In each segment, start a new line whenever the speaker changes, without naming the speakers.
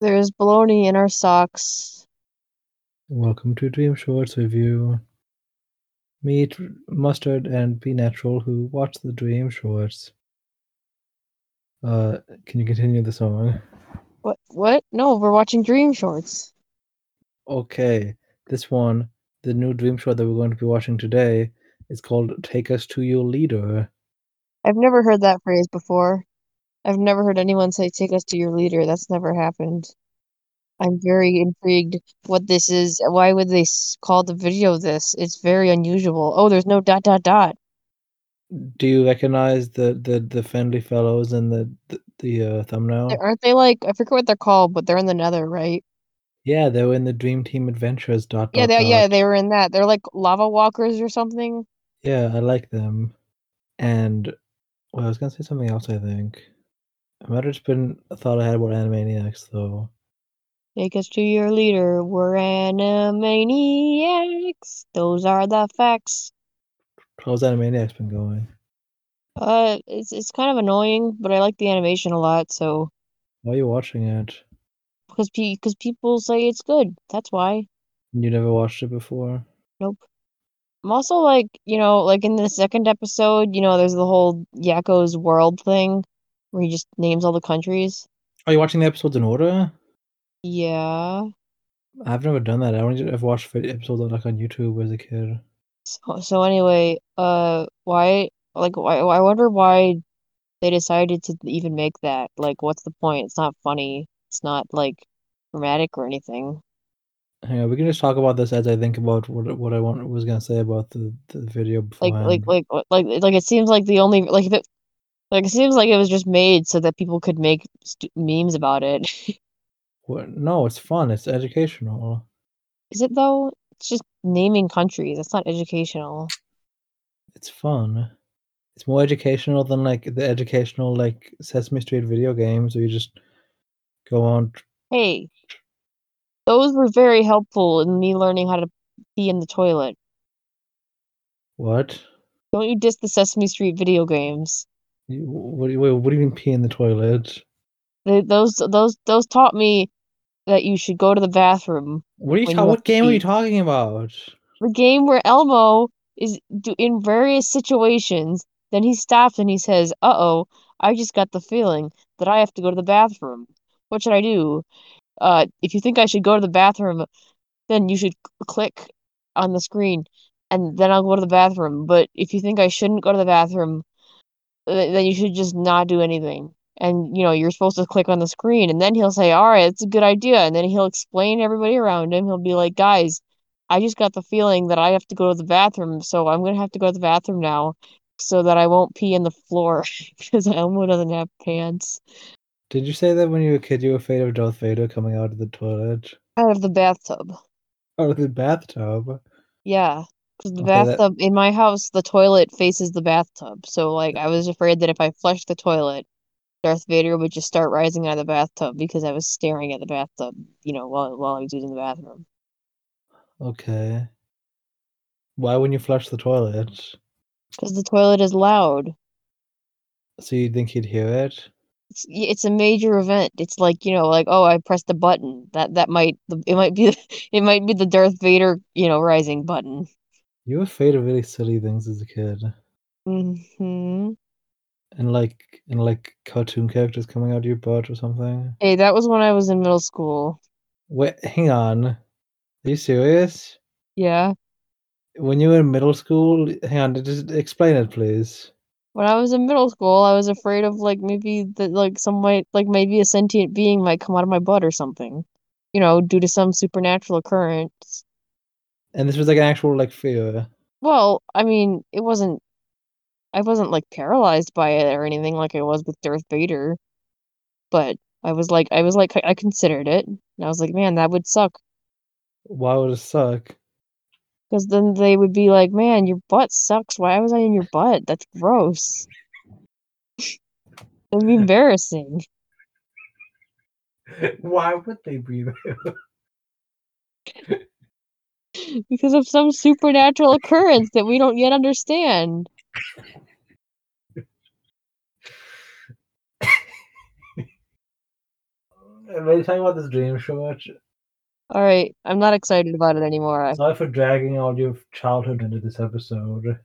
There is baloney in our socks.
Welcome to Dream Shorts Review. Meet Mustard and Be Natural, who watch the Dream Shorts. Uh, can you continue the song?
What? What? No, we're watching Dream Shorts.
Okay, this one, the new Dream Short that we're going to be watching today, is called Take Us to Your Leader.
I've never heard that phrase before. I've never heard anyone say, "Take us to your leader." That's never happened. I'm very intrigued what this is. Why would they s- call the video this? It's very unusual. Oh, there's no dot dot dot.
Do you recognize the, the, the friendly fellows and the, the, the uh, thumbnail?
They- Aren't they like I forget what they're called, but they're in the Nether, right?
Yeah, they were in the Dream Team Adventures. Dot,
Yeah,
dot,
they
dot.
yeah they were in that. They're like lava walkers or something.
Yeah, I like them. And well, I was gonna say something else. I think I might have just been a thought I had about Animaniacs, though.
Take us to your leader. We're animaniacs. Those are the facts.
How's Animaniacs been going?
Uh, it's it's kind of annoying, but I like the animation a lot. So
Why are you watching it?
because because people say it's good, that's why.
You never watched it before.
I'm also like, you know, like in the second episode, you know, there's the whole Yakko's world thing where he just names all the countries.
Are you watching the episodes in order?
Yeah.
I've never done that. I only I've watched fi- episodes on, like on YouTube as a kid.
So so anyway, uh, why like why I wonder why they decided to even make that. Like, what's the point? It's not funny. It's not like dramatic or anything.
Hang on, we can just talk about this as I think about what what I want was gonna say about the, the video
Like like
beforehand.
like like like like, it seems like the only like if it like it seems like it was just made so that people could make stu memes about it.
What? No, it's fun. It's educational.
Is it though? It's just naming countries. That's not educational.
It's fun. It's more educational than like the educational like Sesame Street video games where you just go on.
Hey, those were very helpful in me learning how to pee in the toilet.
What?
Don't you diss the Sesame Street video games.
You, what, do you, wait, what do you mean pee in the toilet?
They, those those those taught me that you should go to the bathroom.
What are you
When
ta-
you have
What game are
pee.
you talking about?
The game where Elmo is do in various situations, then he stops and he says, "Uh-oh, I just got the feeling that I have to go to the bathroom. What should I do? Uh, if you think I should go to the bathroom, then you should c- click on the screen and then I'll go to the bathroom. But if you think I shouldn't go to the bathroom, th- then you should just not do anything. And you know, you're supposed to click on the screen and then he'll say, "All right, it's a good idea." And then he'll explain to everybody around him. He'll be like, "Guys, I just got the feeling that I have to go to the bathroom, so I'm gonna have to go to the bathroom now so that I won't pee in the floor because Elmo doesn't have pants
Did you say that when you were a kid you were afraid of Darth Vader coming out of the toilet?
out of the bathtub."
Out of the bathtub?
Yeah, because the
Okay, that-
bathtub in my house, the toilet faces the bathtub. So, like, I was afraid that if I flushed the toilet, Darth Vader would just start rising out of the bathtub because I was staring at the bathtub, you know, while while I was using the bathroom.
Okay. Why wouldn't you flush the toilet?
Because the toilet is loud.
So you'd think he'd hear it?
It's y- it's a major event. It's like, you know, like, oh, I pressed a button. That that might the- it might be it might be the Darth Vader, you know, rising button.
You were afraid of really silly things as a kid.
hmm
And like and like cartoon characters coming out of your butt or something.
Hey, that was when I was in middle school.
Wait, hang on. Are you serious?
Yeah.
When you were in middle school, hang on, just explain it, please.
When I was in middle school, I was afraid of like maybe that like some might like maybe a sentient being might come out of my butt or something, you know, due to some supernatural occurrence.
And this was like an actual like fear.
Well, I mean, it wasn't I wasn't like paralyzed by it or anything like I was with Darth Vader, but I was like I was like I considered it. And I was like, man, that would suck
Why would it suck?
because then they would be like, man, your butt sucks. Why was I in your butt? That's gross. That'd be embarrassing.
Why would they be there?
because of some supernatural occurrence that we don't yet understand.
I've been talking about this dream so much.
All right, I'm not excited about it anymore. I-
Sorry for dragging all your childhood into this episode.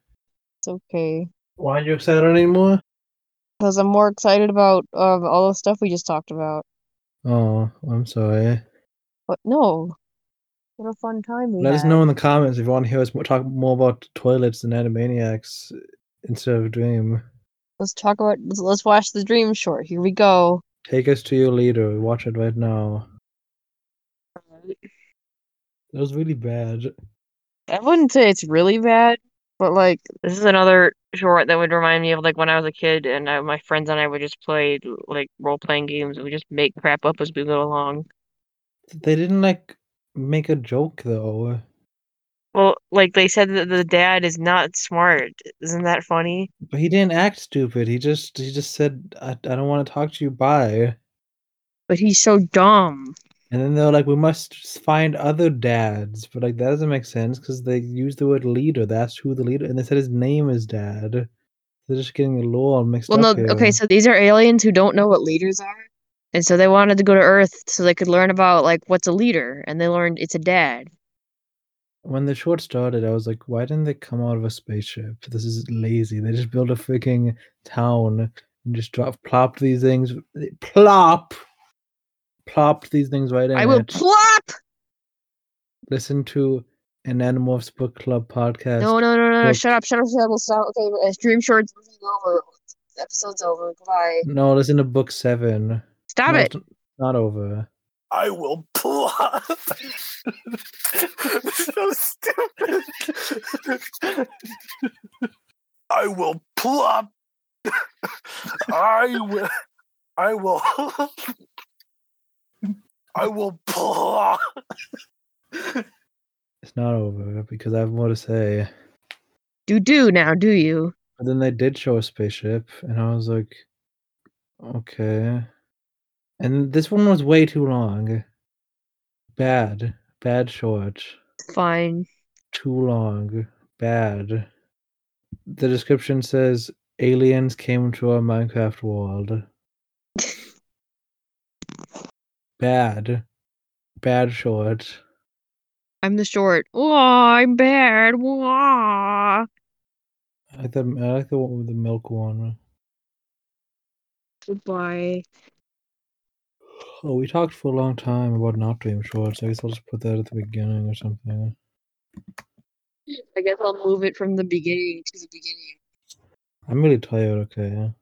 It's okay
Why aren't you excited anymore?
because I'm more excited about um, all the stuff we just talked about.
Oh, I'm sorry.
But no, what a fun time we
Let us
had.
know in the comments if you want to hear us mo- talk more about toilets than Animaniacs instead of Dream.
Let's talk about. Let's, let's watch the dream short. Here we go.
Take us to your leader. Watch it right now. That was really bad.
I wouldn't say it's really bad, but like this is another short that would remind me of like when I was a kid and I, my friends and I would just play like role playing games and we just make crap up as we go along.
They didn't like make a joke though.
Well, like they said that the dad is not smart. Isn't that funny?
But he didn't act stupid. He just he just said, "I, I don't want to talk to you." Bye.
But he's so dumb.
And then they're like, "We must s- find other dads," but like that doesn't make sense because they use the word leader. That's who the leader, and they said his name is Dad. They're just getting the lore mixed
Well,
up
no,
here.
okay, so these are aliens who don't know what leaders are. And so they wanted to go to Earth so they could learn about like what's a leader, and they learned it's a dad.
when the short started, I was like, "Why didn't they come out of a spaceship? This is lazy. They just build a freaking town and just drop plop these things, eh, plop, plop these things right in."
I will
it.
plop.
listen to an Animorphs Book Club podcast.
No, no, no, no, no!
Look.
Shut up, shut up, shut up! We'll stop. Okay, uh, stream shorts moving over. Episode's over. Goodbye.
No, listen to book seven.
Stop
No,
it!
it's Not over.
I will plop. so stupid. I will plop. I will. I will. I will plop.
It's not over because I have more to say.
Do do now, do you?
But then they did show a spaceship, and I was like, okay. And this one was way too long. Bad. Bad short.
Fine.
Too long. Bad. The description says aliens came to our Minecraft world. Bad. Bad short.
I'm the short. Oh, I'm bad. Wah.
I like the I like the one with the milk one.
Goodbye.
Oh, we talked for a long time about not dream shorts. I guess I'll just put that at the beginning or something.
I guess I'll move it from the beginning to the beginning.
I'm really tired. Okay.